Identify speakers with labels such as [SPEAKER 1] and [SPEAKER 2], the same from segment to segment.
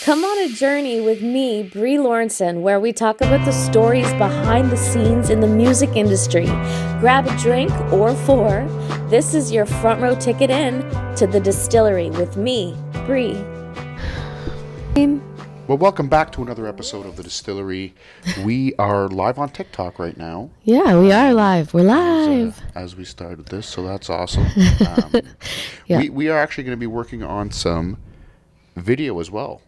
[SPEAKER 1] Come on a journey with me, Brie Lawrenson, where we talk about the stories behind the scenes in the music industry. Grab a drink or four. This is your front row ticket in to the distillery with me, Brie.
[SPEAKER 2] Well, welcome back to another episode of The Distillery. We are live on TikTok right now.
[SPEAKER 3] Yeah, we
[SPEAKER 2] Um,
[SPEAKER 3] are live. We're live.
[SPEAKER 2] as, uh, as we started this, so that's awesome. Um,
[SPEAKER 3] Yeah.
[SPEAKER 2] we, we are actually going to be working on some video as well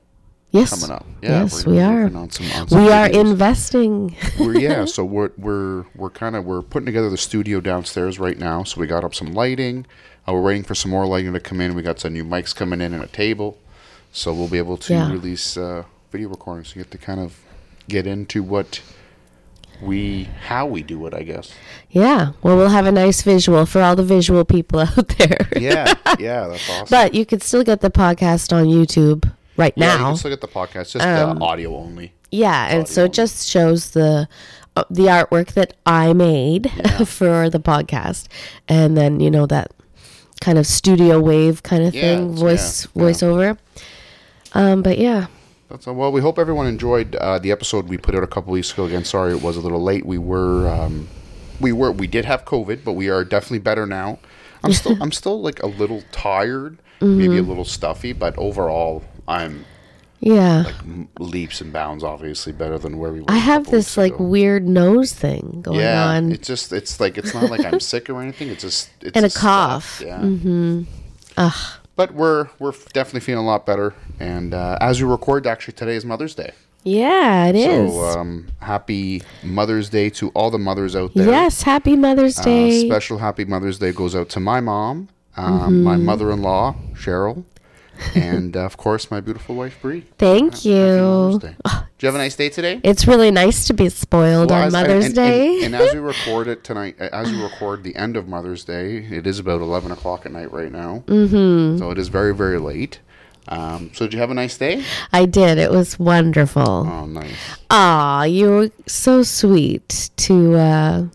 [SPEAKER 3] yes.
[SPEAKER 2] coming up.
[SPEAKER 3] yes,
[SPEAKER 2] we're
[SPEAKER 3] we
[SPEAKER 2] gonna be
[SPEAKER 3] are.
[SPEAKER 2] working on some- on some
[SPEAKER 3] we are
[SPEAKER 2] videos.
[SPEAKER 3] investing.
[SPEAKER 2] We're- yeah, so we're we're we're kind of we're putting together the studio downstairs right now. So we got up some lighting. Uh, we're waiting for some more lighting to come in. We got some new mics coming in and a table, so we'll be able to
[SPEAKER 3] Yeah.
[SPEAKER 2] release uh, video recordings. You get to kind of get into what we how we do it, I guess.
[SPEAKER 3] yeah. Well, we'll have a nice visual for all the visual people out there.
[SPEAKER 2] Yeah, yeah, that's awesome.
[SPEAKER 3] But you can still get the podcast on YouTube right
[SPEAKER 2] yeah, you
[SPEAKER 3] now. um,
[SPEAKER 2] can still get the podcast, just the audio only.
[SPEAKER 3] yeah, and so
[SPEAKER 2] audio.
[SPEAKER 3] it just shows the uh, the artwork that I made for the podcast, and then you know that kind of studio wave kind of
[SPEAKER 2] Yeah,
[SPEAKER 3] thing,
[SPEAKER 2] it's-
[SPEAKER 3] voice
[SPEAKER 2] yeah, yeah.
[SPEAKER 3] voiceover. Um, but yeah,
[SPEAKER 2] That's all. Well, we hope everyone enjoyed uh, the episode we put out a couple weeks ago. Again, sorry it was a little late. We were, um, we were, we did have COVID, but we are definitely better now. I'm still, I'm still like a little tired, maybe a
[SPEAKER 3] Mm-hmm.
[SPEAKER 2] little stuffy, but overall, I'm
[SPEAKER 3] yeah.
[SPEAKER 2] m- leaps and bounds obviously better than where we were.
[SPEAKER 3] I
[SPEAKER 2] a
[SPEAKER 3] have
[SPEAKER 2] couple
[SPEAKER 3] this
[SPEAKER 2] weeks
[SPEAKER 3] like
[SPEAKER 2] ago.
[SPEAKER 3] weird nose thing going
[SPEAKER 2] yeah.
[SPEAKER 3] on.
[SPEAKER 2] It's just, it's like, it's not like I'm sick or anything. It's just, it's
[SPEAKER 3] And a
[SPEAKER 2] just
[SPEAKER 3] cough.
[SPEAKER 2] Yeah. Mm-hmm. Ugh. But we're we're definitely feeling a lot better, and uh, as we record, actually today is Mother's Day.
[SPEAKER 3] yeah, it is.
[SPEAKER 2] So um, happy Mother's Day to all the mothers out there.
[SPEAKER 3] yes, happy Mother's
[SPEAKER 2] Uh,
[SPEAKER 3] Day.
[SPEAKER 2] special happy Mother's Day goes out to my mom, um,
[SPEAKER 3] Mm-hmm.
[SPEAKER 2] my mother-in-law Cheryl, and uh, of course my beautiful wife Bree.
[SPEAKER 3] Thank
[SPEAKER 2] Mother's
[SPEAKER 3] you.
[SPEAKER 2] Day. Did you have a nice day today?
[SPEAKER 3] Oh. It's really nice to be spoiled
[SPEAKER 2] Well,
[SPEAKER 3] on
[SPEAKER 2] as- and-
[SPEAKER 3] Mother's
[SPEAKER 2] and-
[SPEAKER 3] Day.
[SPEAKER 2] and, and as we record it tonight, uh, as we record the end of Mother's Day, it is about eleven o'clock at night right now. Mm-hmm. So it is very very late. Um, so did you have a nice day?
[SPEAKER 3] I did. It was wonderful.
[SPEAKER 2] Oh, nice.
[SPEAKER 3] Aw, you were so sweet to uh,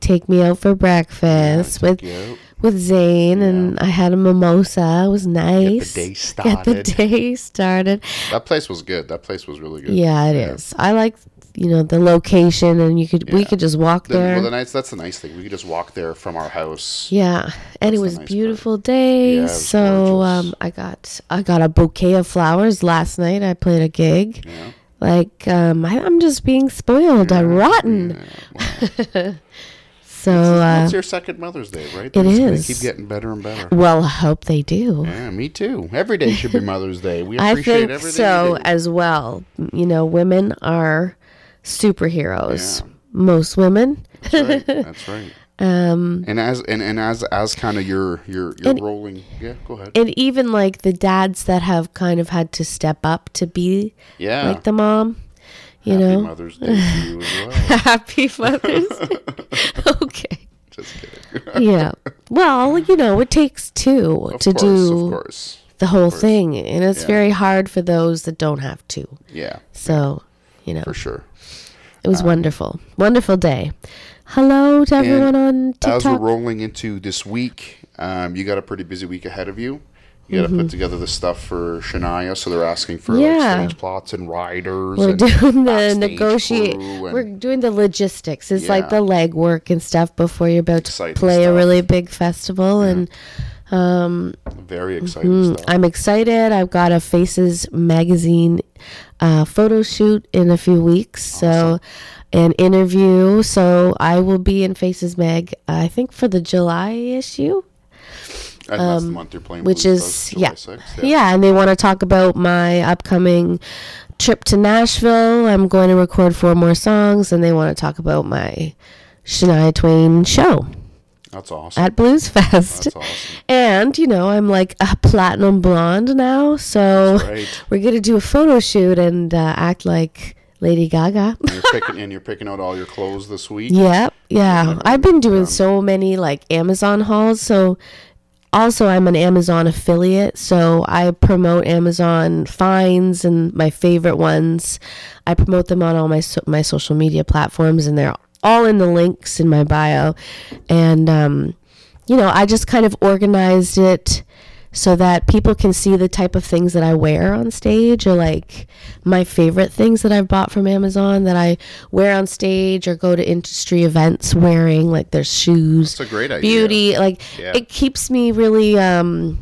[SPEAKER 3] take me out for breakfast with
[SPEAKER 2] you out.
[SPEAKER 3] with Zane, and I had a mimosa. It was nice.
[SPEAKER 2] day
[SPEAKER 3] Get
[SPEAKER 2] started.
[SPEAKER 3] the day started.
[SPEAKER 2] That place was good. That place was really good.
[SPEAKER 3] Yeah, it is. I like you know the location, and you could we could just walk
[SPEAKER 2] The,
[SPEAKER 3] there.
[SPEAKER 2] well, the nice, that's the nice thing. We could just walk there from our house.
[SPEAKER 3] yeah, and it was
[SPEAKER 2] the nice part.
[SPEAKER 3] beautiful day.
[SPEAKER 2] Yeah, it was
[SPEAKER 3] so
[SPEAKER 2] gorgeous.
[SPEAKER 3] um, I got I got a bouquet of flowers last night. I played a gig.
[SPEAKER 2] Yeah.
[SPEAKER 3] Like um, I, I'm just being spoiled. I'm rotten. So uh,
[SPEAKER 2] That's your second Mother's Day, right?
[SPEAKER 3] it
[SPEAKER 2] It's gonna
[SPEAKER 3] is.
[SPEAKER 2] keep getting better and better.
[SPEAKER 3] well, I hope they do.
[SPEAKER 2] Yeah, me too. Every day should be Mother's Day. We
[SPEAKER 3] I
[SPEAKER 2] appreciate
[SPEAKER 3] think
[SPEAKER 2] everything.
[SPEAKER 3] so
[SPEAKER 2] you do.
[SPEAKER 3] as well. You know, women are superheroes.
[SPEAKER 2] Yeah.
[SPEAKER 3] Most women.
[SPEAKER 2] That's right. That's right. Um, and as and, and as as kind of your your your rolling. Yeah, go ahead.
[SPEAKER 3] and even like the dads that have kind of had to step up to be
[SPEAKER 2] Yeah.
[SPEAKER 3] like the mom you
[SPEAKER 2] Happy
[SPEAKER 3] know
[SPEAKER 2] Mother's Day to you as well.
[SPEAKER 3] happy mother's day okay
[SPEAKER 2] Just kidding.
[SPEAKER 3] yeah well you know it takes two
[SPEAKER 2] Of
[SPEAKER 3] to
[SPEAKER 2] course, of
[SPEAKER 3] do
[SPEAKER 2] course.
[SPEAKER 3] the whole thing and it's very hard for those that don't have to
[SPEAKER 2] Yeah,
[SPEAKER 3] so you know
[SPEAKER 2] for sure.
[SPEAKER 3] it was wonderful wonderful day hello to everyone on
[SPEAKER 2] as we're
[SPEAKER 3] tiktok
[SPEAKER 2] rolling into this week, um, you got a pretty busy week ahead of you. You got to put together the stuff for Shania, so they're asking for
[SPEAKER 3] Mm-hmm. Yeah.
[SPEAKER 2] like stage plots and riders.
[SPEAKER 3] we're
[SPEAKER 2] and
[SPEAKER 3] doing the
[SPEAKER 2] backstage
[SPEAKER 3] negotiate
[SPEAKER 2] crew and-
[SPEAKER 3] we're doing the logistics it's like
[SPEAKER 2] Yeah.
[SPEAKER 3] the legwork and stuff before you're about to
[SPEAKER 2] Exciting
[SPEAKER 3] play a
[SPEAKER 2] stuff.
[SPEAKER 3] really big festival and
[SPEAKER 2] very exciting stuff.
[SPEAKER 3] I'm excited. I've got a Faces magazine uh, photo shoot in a few weeks, so an interview. So I will be in Faces Mag. I think for the July issue,
[SPEAKER 2] And that's the month you're playing,
[SPEAKER 3] Um, which
[SPEAKER 2] Blues
[SPEAKER 3] is
[SPEAKER 2] Brothers,
[SPEAKER 3] yeah.
[SPEAKER 2] Mm, July 6th,
[SPEAKER 3] yeah, and they want to talk about my upcoming trip to Nashville. I'm going to record four more songs, and they want to talk about my Shania Twain show
[SPEAKER 2] That's awesome.
[SPEAKER 3] at Blues Fest.
[SPEAKER 2] That's awesome.
[SPEAKER 3] And, you know, I'm like a platinum blonde now. So
[SPEAKER 2] right.
[SPEAKER 3] we're going to do a photo shoot and uh, act like Lady Gaga.
[SPEAKER 2] And you're picking and you're picking out all your clothes this week.
[SPEAKER 3] yep. Yeah. I've been doing so many like Amazon hauls. So also, I'm an Amazon affiliate. So I promote Amazon finds and my favorite ones. I promote them on all my, so- my social media platforms and they're all in the links in my bio. And, um, you know, I just kind of organized it so that people can see the type of things that I wear on stage or like my favorite things that I've bought from Amazon that I wear on stage or go to industry events wearing like their shoes.
[SPEAKER 2] It's a great idea.
[SPEAKER 3] Beauty, like
[SPEAKER 2] Yeah.
[SPEAKER 3] it keeps me really um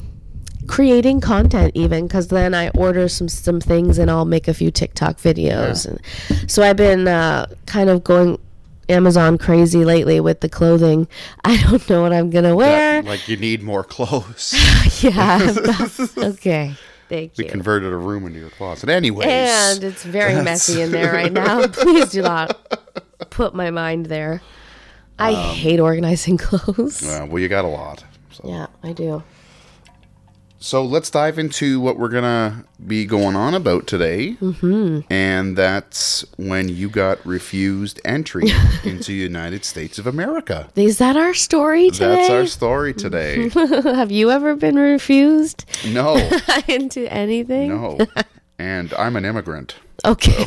[SPEAKER 3] creating content even because then I order some some things and I'll make a few TikTok videos. And so I've been uh, kind of going Amazon crazy lately with the clothing. I don't know what I'm gonna wear.
[SPEAKER 2] That- like you need more clothes.
[SPEAKER 3] Yeah. okay. Thank
[SPEAKER 2] we
[SPEAKER 3] you.
[SPEAKER 2] converted a room into your closet. Anyways,
[SPEAKER 3] And it's very messy in there right now. Please do not put my mind there. I hate organizing clothes.
[SPEAKER 2] Um, Uh, well, you got a lot. So.
[SPEAKER 3] yeah, I do.
[SPEAKER 2] So let's dive into what we're gonna be going on about today, mm-hmm. and that's when you got refused entry into the United States of America.
[SPEAKER 3] Is that our story today?
[SPEAKER 2] That's our story today.
[SPEAKER 3] Have you ever been refused
[SPEAKER 2] no,
[SPEAKER 3] into anything?
[SPEAKER 2] no, and I'm an immigrant.
[SPEAKER 3] Okay.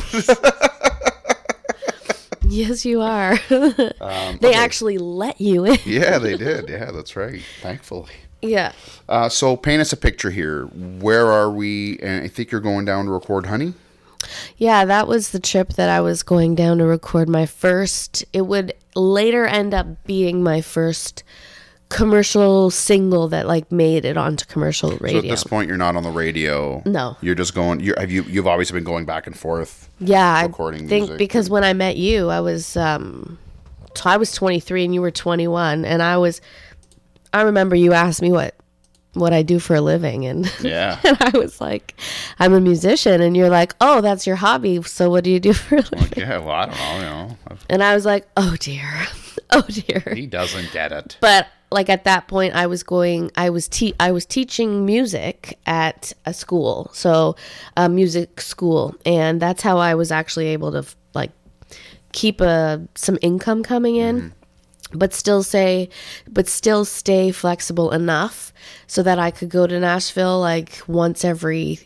[SPEAKER 3] yes, you are.
[SPEAKER 2] Um,
[SPEAKER 3] they actually let you in.
[SPEAKER 2] Yeah, they did. Yeah, that's right. Thankfully.
[SPEAKER 3] Yeah.
[SPEAKER 2] Uh, so paint us a picture here. Where are we? And I think you're going down to record, honey.
[SPEAKER 3] Yeah, that was the trip that I was going down to record my first. It would later end up being my first commercial single that like made it onto commercial
[SPEAKER 2] So at
[SPEAKER 3] radio.
[SPEAKER 2] this point, you're not on the radio.
[SPEAKER 3] No.
[SPEAKER 2] you're just going. You're, have you? You've always been going back and forth.
[SPEAKER 3] yeah,
[SPEAKER 2] recording
[SPEAKER 3] I think
[SPEAKER 2] music
[SPEAKER 3] because when I met you, I was um t- I was 23 and you were 21 and I was I remember you asked me what what I do for a living and
[SPEAKER 2] Yeah.
[SPEAKER 3] and I was like, I'm a musician. And you're like, oh, that's your hobby. So what do you do for a living?
[SPEAKER 2] yeah. Well, I don't know. You know, I've-
[SPEAKER 3] And I was like, oh dear. oh dear.
[SPEAKER 2] he doesn't get it.
[SPEAKER 3] But like at that point I was going I was te- I was teaching music at a school. So a music school and that's how I was actually able to like keep a some income coming in. But still say, but still stay flexible enough so that I could go to Nashville like once every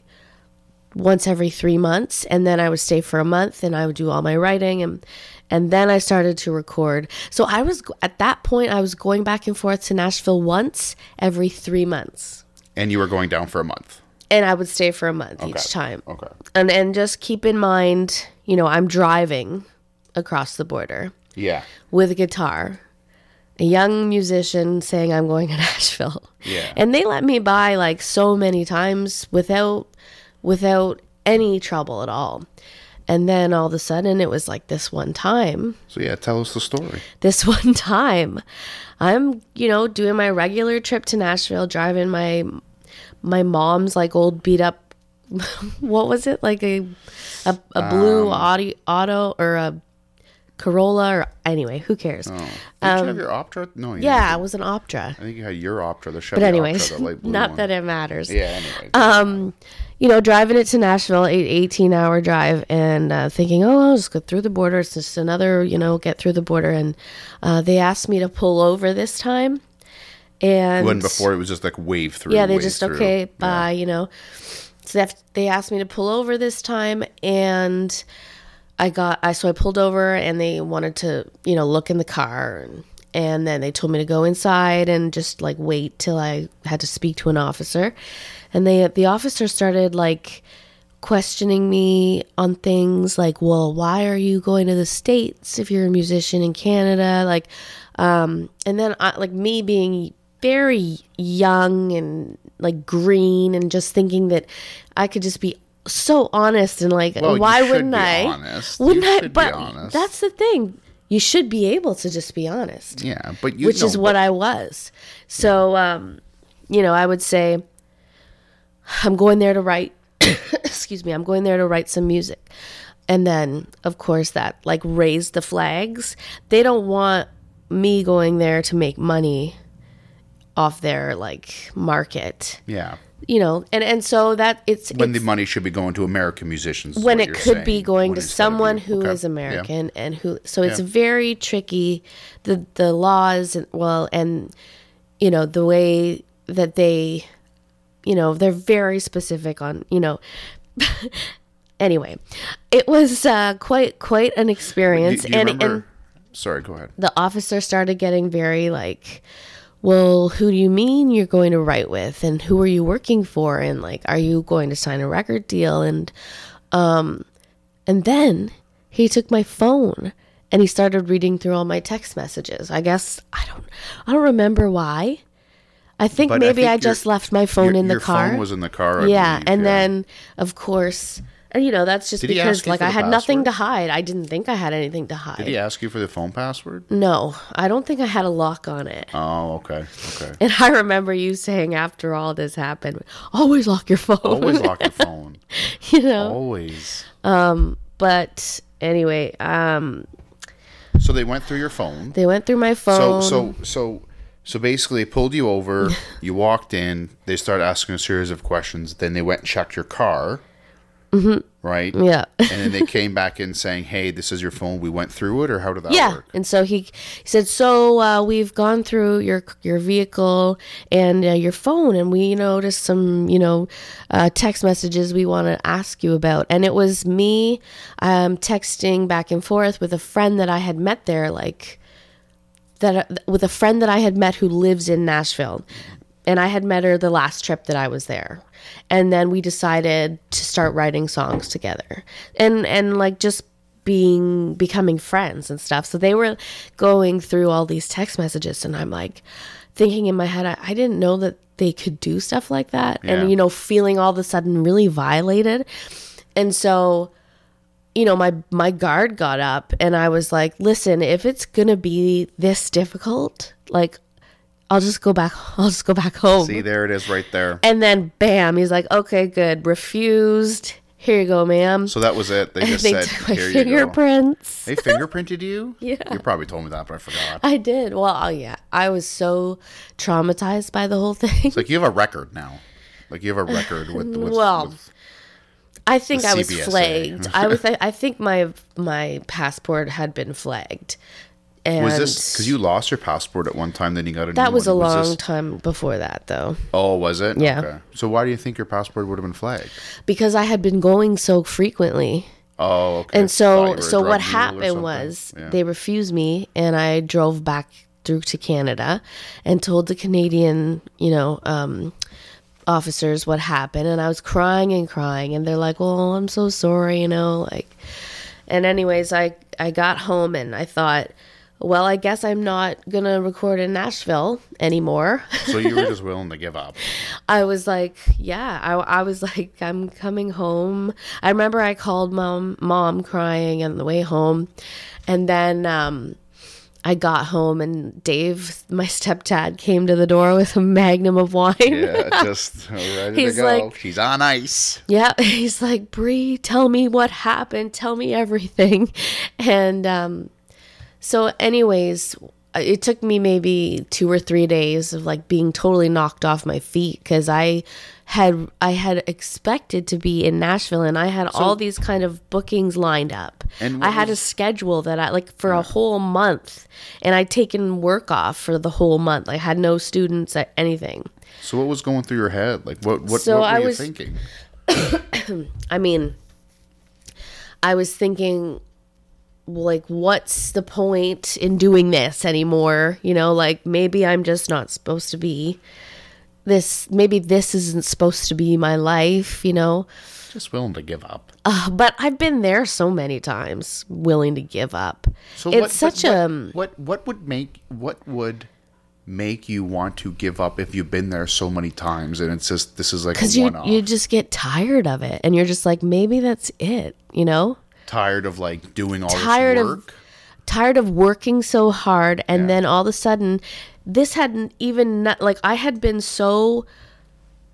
[SPEAKER 3] once every three months and then i would stay for a month and i would do all my writing and and then i started to record so i was at that point i was going back and forth to nashville once every three months
[SPEAKER 2] And you were going down for a month.
[SPEAKER 3] and i would stay for a month each time
[SPEAKER 2] Okay.
[SPEAKER 3] and and just keep in mind you know i'm driving across the border
[SPEAKER 2] Yeah.
[SPEAKER 3] with a guitar a young musician saying i'm going to nashville
[SPEAKER 2] Yeah.
[SPEAKER 3] and they let me by like so many times without without any trouble at all and then all of a sudden it was like this one time
[SPEAKER 2] So yeah, tell us the story.
[SPEAKER 3] this one time i'm you know doing my regular trip to nashville driving my my mom's like old beat up what was it like a a, a blue audi, auto or a corolla or anyway who cares
[SPEAKER 2] Did you have your Optra? No. You
[SPEAKER 3] Um, yeah it was an optra
[SPEAKER 2] I think you had your Optra. The Chevy
[SPEAKER 3] but anyways
[SPEAKER 2] Optra, the light blue
[SPEAKER 3] not
[SPEAKER 2] one.
[SPEAKER 3] that it Um, matters
[SPEAKER 2] Yeah. Anyway.
[SPEAKER 3] you know, driving it to Nashville, eight, 18 hour drive, and uh, thinking, oh, I'll just go through the border. It's just another, you know, get through the border. And uh, they asked me to pull over this time. And
[SPEAKER 2] when before it was just like wave through.
[SPEAKER 3] yeah, they
[SPEAKER 2] wave
[SPEAKER 3] just,
[SPEAKER 2] through.
[SPEAKER 3] okay, bye, you know. So they, have- they asked me to pull over this time, and I got, I so I pulled over, and they wanted to, you know, look in the car. And, and then they told me to go inside and just like wait till I had to speak to an officer. And they, the officer started like, questioning me on things like, well, why are you going to the States if you're a musician in Canada? Like, um, and then I, like me being very young and like green and just thinking that I could just be so honest and like,
[SPEAKER 2] Well, you
[SPEAKER 3] why
[SPEAKER 2] should
[SPEAKER 3] wouldn't
[SPEAKER 2] be
[SPEAKER 3] I?
[SPEAKER 2] honest. You
[SPEAKER 3] Wouldn't I?
[SPEAKER 2] should be
[SPEAKER 3] But
[SPEAKER 2] honest.
[SPEAKER 3] that's the thing. You should be able to just be honest
[SPEAKER 2] Yeah, but you
[SPEAKER 3] which
[SPEAKER 2] know,
[SPEAKER 3] is what I was. So, um, you know, I would say I'm going there to write. excuse me, I'm going there to write some music, and then of course that like raised the flags. They don't want me going there to make money off their like market,
[SPEAKER 2] Yeah.
[SPEAKER 3] you know, and and so that it's
[SPEAKER 2] When
[SPEAKER 3] it's,
[SPEAKER 2] the money should be going to American musicians. is
[SPEAKER 3] when
[SPEAKER 2] what
[SPEAKER 3] it
[SPEAKER 2] you're
[SPEAKER 3] could be
[SPEAKER 2] saying.
[SPEAKER 3] going
[SPEAKER 2] When
[SPEAKER 3] to
[SPEAKER 2] instead of you-
[SPEAKER 3] someone who is
[SPEAKER 2] okay, yeah.
[SPEAKER 3] American and who so it's
[SPEAKER 2] Yeah.
[SPEAKER 3] very tricky the the laws and well and you know the way that they you know they're very specific on you know anyway it was uh, quite quite an
[SPEAKER 2] Do,
[SPEAKER 3] experience
[SPEAKER 2] do you
[SPEAKER 3] and
[SPEAKER 2] remember?
[SPEAKER 3] and
[SPEAKER 2] sorry, go ahead.
[SPEAKER 3] the officer started getting very like well, who do you mean you're going to write with? And who are you working for? And like, are you going to sign a record deal? And, um, and then he took my phone and he started reading through all my text messages. I guess I don't, I don't remember why. I think
[SPEAKER 2] But I
[SPEAKER 3] maybe
[SPEAKER 2] think
[SPEAKER 3] I,
[SPEAKER 2] your-
[SPEAKER 3] just left my phone
[SPEAKER 2] your,
[SPEAKER 3] in the
[SPEAKER 2] your
[SPEAKER 3] car.
[SPEAKER 2] phone was in the car. I
[SPEAKER 3] yeah,
[SPEAKER 2] believe,
[SPEAKER 3] and then of course, and you know that's just
[SPEAKER 2] Did he ask
[SPEAKER 3] because
[SPEAKER 2] you
[SPEAKER 3] like
[SPEAKER 2] for
[SPEAKER 3] I
[SPEAKER 2] the
[SPEAKER 3] had nothing
[SPEAKER 2] password?
[SPEAKER 3] to hide. I didn't think I had anything to hide.
[SPEAKER 2] did he ask you for the phone password?
[SPEAKER 3] No, I don't think I had a lock on it.
[SPEAKER 2] Oh, okay, okay.
[SPEAKER 3] And I remember you saying after all this happened, always lock your phone.
[SPEAKER 2] Always lock your phone.
[SPEAKER 3] you know.
[SPEAKER 2] Always.
[SPEAKER 3] But anyway, um,
[SPEAKER 2] So they went through your phone.
[SPEAKER 3] they went through my
[SPEAKER 2] So
[SPEAKER 3] phone.
[SPEAKER 2] so so so basically, they pulled you over. You walked in. They started asking a series of questions. Then they went and checked your car. Mm-hmm. Right.
[SPEAKER 3] yeah.
[SPEAKER 2] and then they came back in saying, "Hey, this is your phone. We went through it, or how did that
[SPEAKER 3] Yeah,
[SPEAKER 2] work?"
[SPEAKER 3] and so he, he said, "So uh, we've gone through your your vehicle and uh, your phone, and we noticed some, you know, uh, text messages we want to ask you about." And it was me um, texting back and forth with a friend that I had met there, like that with a friend that I had met who lives in Nashville. And I had met her the last trip that I was there. And then we decided to start writing songs together. And and like just being becoming friends and stuff. So they were going through all these text messages and I'm like thinking in my head I, I didn't know that they could do stuff like that
[SPEAKER 2] Yeah.
[SPEAKER 3] and you know feeling all of a sudden really violated. And so you know my my guard got up and i was like listen if it's gonna be this difficult like i'll just go back i'll just go back home
[SPEAKER 2] See, there it is, right there.
[SPEAKER 3] and then bam he's like okay good refused here you go ma'am
[SPEAKER 2] So that was it. They just
[SPEAKER 3] they
[SPEAKER 2] said,
[SPEAKER 3] took my
[SPEAKER 2] "Here you go."
[SPEAKER 3] fingerprints
[SPEAKER 2] They fingerprinted you. yeah, you probably told me that, but I forgot.
[SPEAKER 3] i did well oh, yeah i was so traumatized by the whole thing
[SPEAKER 2] It's like you have a record now. Like you have a record with. with
[SPEAKER 3] Well,
[SPEAKER 2] with-
[SPEAKER 3] I think I was
[SPEAKER 2] CBSA.
[SPEAKER 3] flagged. I was. I think my my passport had been flagged, and
[SPEAKER 2] was this because you lost your passport at one time? Then you got a.
[SPEAKER 3] that
[SPEAKER 2] new
[SPEAKER 3] was a
[SPEAKER 2] one.
[SPEAKER 3] long
[SPEAKER 2] this-
[SPEAKER 3] time before that, though.
[SPEAKER 2] oh, was it?
[SPEAKER 3] Yeah.
[SPEAKER 2] So why do you think your passport would have been flagged?
[SPEAKER 3] because I had been going so frequently.
[SPEAKER 2] Oh, okay.
[SPEAKER 3] And
[SPEAKER 2] Thought you were a
[SPEAKER 3] so so
[SPEAKER 2] drug dealer
[SPEAKER 3] what
[SPEAKER 2] or something.
[SPEAKER 3] happened was
[SPEAKER 2] Yeah.
[SPEAKER 3] they refused me and I drove back through to Canada and told the Canadian, you know, um officers what happened and I was crying and crying and they're like, "Well, I'm so sorry, you know, like and anyways, I I got home and I thought, well, I guess I'm not going to record in Nashville anymore.
[SPEAKER 2] so you were just willing to give up.
[SPEAKER 3] I was like, yeah, I, I was like, I'm coming home. I remember I called mom, mom crying on the way home. And then um, I got home and Dave, my stepdad, came to the door with a magnum of wine.
[SPEAKER 2] Yeah, just ready
[SPEAKER 3] He's
[SPEAKER 2] to go.
[SPEAKER 3] like-
[SPEAKER 2] She's on ice.
[SPEAKER 3] Yeah, he's like, Bree, tell me what happened. Tell me everything. And um, so, anyways, it took me maybe two or three days of like being totally knocked off my feet because I had I had expected to be in Nashville and I had all these kind of bookings lined up.
[SPEAKER 2] And
[SPEAKER 3] I
[SPEAKER 2] what
[SPEAKER 3] had a
[SPEAKER 2] was-
[SPEAKER 3] schedule that I like for a whole month, and I'd taken work off for the whole month. I had no students at anything.
[SPEAKER 2] So what was going through your head? Like what what,
[SPEAKER 3] So
[SPEAKER 2] what were
[SPEAKER 3] I
[SPEAKER 2] you
[SPEAKER 3] was-
[SPEAKER 2] thinking?
[SPEAKER 3] I mean, I was thinking, like, what's the point in doing this anymore? You know, like maybe I'm just not supposed to be this. Maybe this isn't supposed to be my life. You know,
[SPEAKER 2] Just willing to give up.
[SPEAKER 3] but I've been there so many times, willing to give up.
[SPEAKER 2] So
[SPEAKER 3] it's
[SPEAKER 2] what,
[SPEAKER 3] such
[SPEAKER 2] what,
[SPEAKER 3] a um,
[SPEAKER 2] what what would make what would make you want to give up if you've been there so many times and it's just this is like
[SPEAKER 3] because
[SPEAKER 2] a
[SPEAKER 3] you
[SPEAKER 2] one off.
[SPEAKER 3] you just get tired of it, and you're just like, maybe that's it. You know.
[SPEAKER 2] tired of like doing all
[SPEAKER 3] Tired
[SPEAKER 2] this
[SPEAKER 3] of-
[SPEAKER 2] work.
[SPEAKER 3] tired of working so hard and then all of a sudden this hadn't even not, like i had been so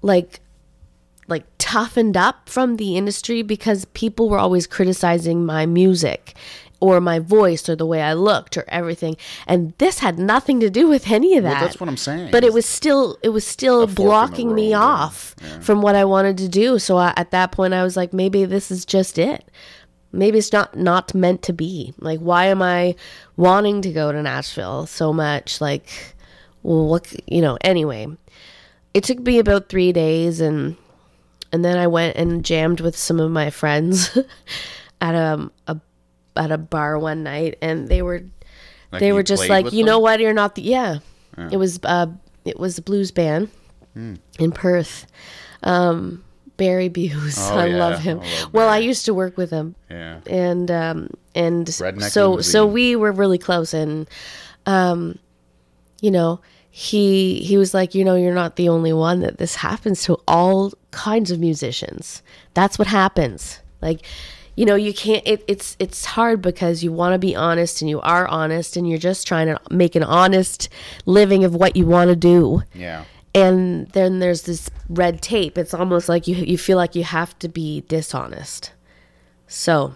[SPEAKER 3] like like toughened up from the industry because people were always criticizing my music or my voice or the way i looked or everything and this had nothing to do with any of that
[SPEAKER 2] Well, that's what I'm saying.
[SPEAKER 3] but it was still it was still
[SPEAKER 2] fork in the
[SPEAKER 3] blocking me
[SPEAKER 2] road, yeah.
[SPEAKER 3] off from what i wanted to do so I, at that point i was like maybe this is just it maybe it's not not meant to be like why am i wanting to go to nashville so much like well what c- you know anyway it took me about three days and and then i went and jammed with some of my friends at um a at a bar one night and they were they
[SPEAKER 2] you
[SPEAKER 3] were just
[SPEAKER 2] played
[SPEAKER 3] like
[SPEAKER 2] with
[SPEAKER 3] you
[SPEAKER 2] them?
[SPEAKER 3] know what you're not the yeah It was uh, it was a blues band
[SPEAKER 2] Hmm.
[SPEAKER 3] in Perth. Um, Barry Buse,
[SPEAKER 2] Oh,
[SPEAKER 3] I
[SPEAKER 2] yeah.
[SPEAKER 3] love him.
[SPEAKER 2] I love
[SPEAKER 3] well, I used to work with him,
[SPEAKER 2] Yeah.
[SPEAKER 3] and um, and
[SPEAKER 2] Redneck
[SPEAKER 3] so
[SPEAKER 2] limousine.
[SPEAKER 3] so we were really close, and um, you know he he was like, you know, you're not the only one that this happens to. All kinds of musicians. That's what happens. Like. You know, you can't. It, it's it's hard because you want to be honest, and you are honest, and you're just trying to make an honest living of what you want to do
[SPEAKER 2] Yeah.
[SPEAKER 3] and then there's this red tape. It's almost like you you feel like you have to be dishonest. So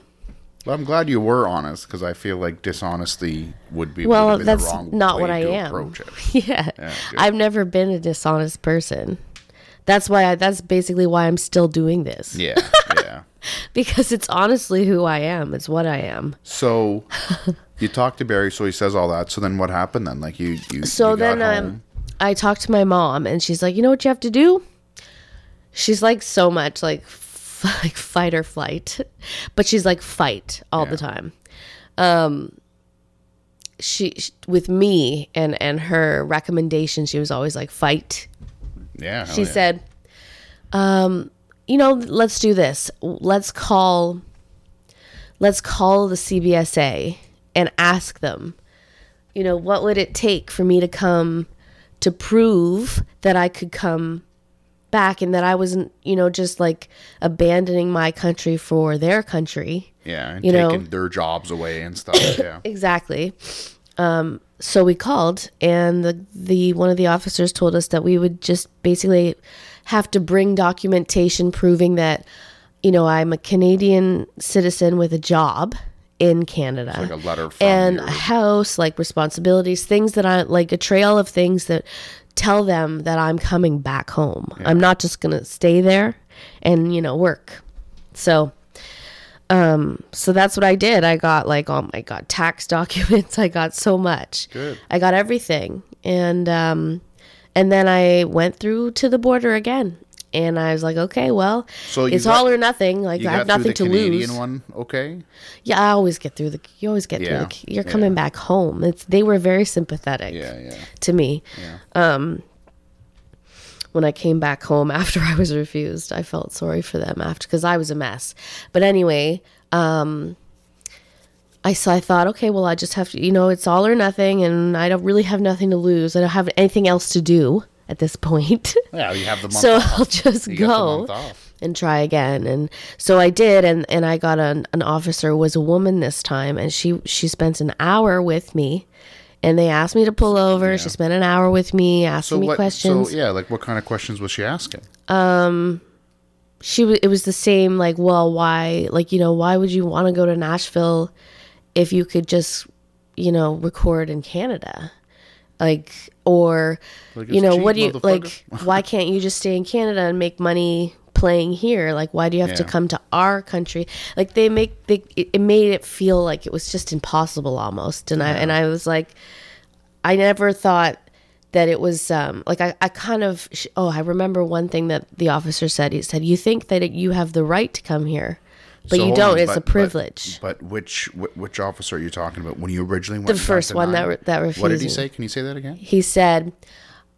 [SPEAKER 2] Well, I'm glad you were honest because I feel like dishonesty would be would
[SPEAKER 3] Well,
[SPEAKER 2] have been
[SPEAKER 3] that's
[SPEAKER 2] the wrong
[SPEAKER 3] not
[SPEAKER 2] way
[SPEAKER 3] what I
[SPEAKER 2] to
[SPEAKER 3] am.
[SPEAKER 2] Approach it.
[SPEAKER 3] yeah,
[SPEAKER 2] good.
[SPEAKER 3] I've never been a dishonest person. That's why I, that's basically why I'm still doing this
[SPEAKER 2] Yeah, yeah.
[SPEAKER 3] because it's honestly who I am. It's what I am.
[SPEAKER 2] So you talk to Barry, so he says all that. So then what happened then? Like you, you
[SPEAKER 3] So
[SPEAKER 2] you got
[SPEAKER 3] then um,
[SPEAKER 2] home.
[SPEAKER 3] I talked to my mom, and she's like, "You know what you have to do." She's like so much like f- like fight or flight, but she's like fight all the time. Um, she, sh with me and and her recommendation, she was always like fight.
[SPEAKER 2] yeah, hell
[SPEAKER 3] She
[SPEAKER 2] yeah.
[SPEAKER 3] said, um, "You know, let's do this. Let's call, let's call the CBSA and ask them. You know, what would it take for me to come to prove that I could come back and that I wasn't, you know, just like abandoning my country for their country."
[SPEAKER 2] yeah, and
[SPEAKER 3] you know-
[SPEAKER 2] taking their jobs away and stuff. Yeah,
[SPEAKER 3] Exactly. Um, so we called, and the, the one of the officers told us that we would just basically have to bring documentation proving that, you know, I'm a Canadian citizen with a job in Canada,
[SPEAKER 2] like a letter from
[SPEAKER 3] and
[SPEAKER 2] your-
[SPEAKER 3] a house, like responsibilities, things that I like a trail of things that tell them that I'm coming back home. I'm not just gonna stay there and you know work. So um, so that's what I did. I got like, oh my god, tax documents. I got so much.
[SPEAKER 2] Good.
[SPEAKER 3] I got everything, and um, and then I went through to the border again, and I was like, okay, well,
[SPEAKER 2] So you
[SPEAKER 3] it's
[SPEAKER 2] got-
[SPEAKER 3] all or nothing. Like
[SPEAKER 2] you
[SPEAKER 3] I have
[SPEAKER 2] got through
[SPEAKER 3] nothing
[SPEAKER 2] the
[SPEAKER 3] to
[SPEAKER 2] Canadian
[SPEAKER 3] lose.
[SPEAKER 2] one, okay?
[SPEAKER 3] Yeah, I always get through the. You always get
[SPEAKER 2] Yeah.
[SPEAKER 3] through. The, you're coming back home. It's they were very sympathetic
[SPEAKER 2] Yeah, yeah.
[SPEAKER 3] to me. Um, when I came back home after I was refused, I felt sorry for them after because I was a mess. But anyway, um, I so I thought, okay, well, I just have to, you know, it's all or nothing, and I don't really have nothing to lose. I don't have anything else to do at this point,
[SPEAKER 2] Yeah, you have the month.
[SPEAKER 3] so
[SPEAKER 2] off.
[SPEAKER 3] I'll just
[SPEAKER 2] You
[SPEAKER 3] go
[SPEAKER 2] got the month off.
[SPEAKER 3] and try again and so i did and and i got an, an officer was a woman this time and she she spent an hour with me and they asked me to pull over she spent an hour with me asking
[SPEAKER 2] So
[SPEAKER 3] me
[SPEAKER 2] what?
[SPEAKER 3] questions
[SPEAKER 2] So yeah, like what kind of questions was she asking?
[SPEAKER 3] she w- it was the same like well why like you know why would you want to go to nashville if you could just you know record in canada like or
[SPEAKER 2] Like,
[SPEAKER 3] you
[SPEAKER 2] it's
[SPEAKER 3] know
[SPEAKER 2] cheap,
[SPEAKER 3] what do you like
[SPEAKER 2] motherfucker.
[SPEAKER 3] why can't you just stay in canada and make money playing here like why do you have to
[SPEAKER 2] Yeah.
[SPEAKER 3] come to our country like they make they it it made it feel like it was just impossible almost and i and i was like I never thought that it was um, like I, I kind of sh- oh I remember one thing that the officer said he said you think that it, you have the right to come here but
[SPEAKER 2] So
[SPEAKER 3] you
[SPEAKER 2] hold
[SPEAKER 3] don't
[SPEAKER 2] on,
[SPEAKER 3] it's
[SPEAKER 2] but-
[SPEAKER 3] a
[SPEAKER 2] but-
[SPEAKER 3] privilege
[SPEAKER 2] But, which wh- which officer are you talking about? When you originally went
[SPEAKER 3] The
[SPEAKER 2] and got
[SPEAKER 3] first one that
[SPEAKER 2] denied?
[SPEAKER 3] re- that
[SPEAKER 2] What did he
[SPEAKER 3] refused me.
[SPEAKER 2] say? Can you say that again?
[SPEAKER 3] he said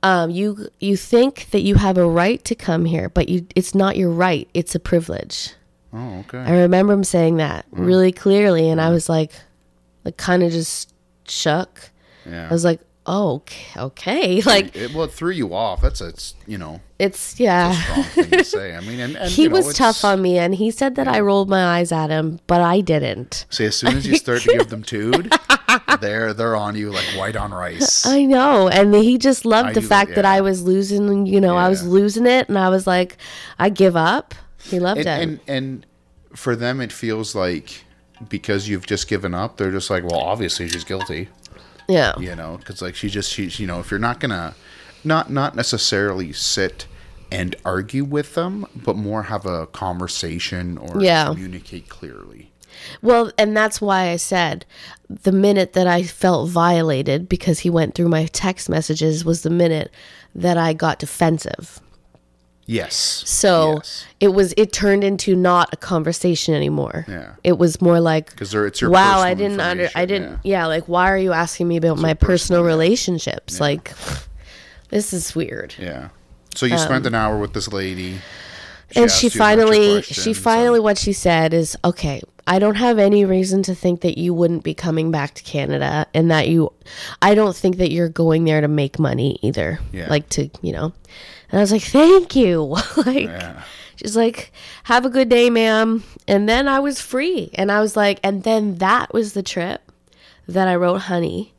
[SPEAKER 3] um, you you think that you have a right to come here but you it's not your right it's a privilege
[SPEAKER 2] Oh, okay.
[SPEAKER 3] I remember him saying that
[SPEAKER 2] Mm.
[SPEAKER 3] really clearly and I was like like kind of just shook
[SPEAKER 2] yeah.
[SPEAKER 3] I was like oh okay, okay. like
[SPEAKER 2] it, well, it threw you off. That's a it's, you know
[SPEAKER 3] it's yeah
[SPEAKER 2] wrong thing to say. I mean, and, and
[SPEAKER 3] he
[SPEAKER 2] you know,
[SPEAKER 3] was
[SPEAKER 2] it's-
[SPEAKER 3] tough on me and he said that i rolled my eyes at him but i didn't
[SPEAKER 2] See, as soon as you start to give them tood, they're they're on you like white on rice.
[SPEAKER 3] i know and he just loved
[SPEAKER 2] I
[SPEAKER 3] the
[SPEAKER 2] do,
[SPEAKER 3] fact that
[SPEAKER 2] yeah.
[SPEAKER 3] i was losing you know i was
[SPEAKER 2] Yeah.
[SPEAKER 3] losing it and i was like i give up he loved
[SPEAKER 2] and,
[SPEAKER 3] it
[SPEAKER 2] and and for them, it feels like because you've just given up, they're just like, well, obviously she's guilty.
[SPEAKER 3] yeah.
[SPEAKER 2] you know because like she just she's you know if you're not gonna not not necessarily sit and argue with them but more have a conversation or
[SPEAKER 3] Yeah.
[SPEAKER 2] communicate clearly
[SPEAKER 3] well and that's why i said the minute that i felt violated because he went through my text messages was the minute that i got defensive
[SPEAKER 2] Yes.
[SPEAKER 3] So
[SPEAKER 2] Yes.
[SPEAKER 3] it was it turned into not a conversation anymore.
[SPEAKER 2] Yeah.
[SPEAKER 3] It was more like
[SPEAKER 2] Because it's your
[SPEAKER 3] wow,
[SPEAKER 2] personal
[SPEAKER 3] I didn't under I
[SPEAKER 2] information,
[SPEAKER 3] didn't
[SPEAKER 2] yeah.
[SPEAKER 3] yeah. like why are you asking me about my personal, relationships? Like this is weird.
[SPEAKER 2] Yeah. So
[SPEAKER 3] Um,
[SPEAKER 2] you spent an hour with this lady,
[SPEAKER 3] and she
[SPEAKER 2] asked you a bunch of
[SPEAKER 3] finally she
[SPEAKER 2] questions,
[SPEAKER 3] finally what she said is okay i don't have any reason to think that you wouldn't be coming back to canada and that you i don't think that you're going there to make money either
[SPEAKER 2] Yeah.
[SPEAKER 3] like to you know and i was like thank you like
[SPEAKER 2] Yeah.
[SPEAKER 3] she's like have a good day ma'am and then i was free and i was like and then that was the trip that i wrote honey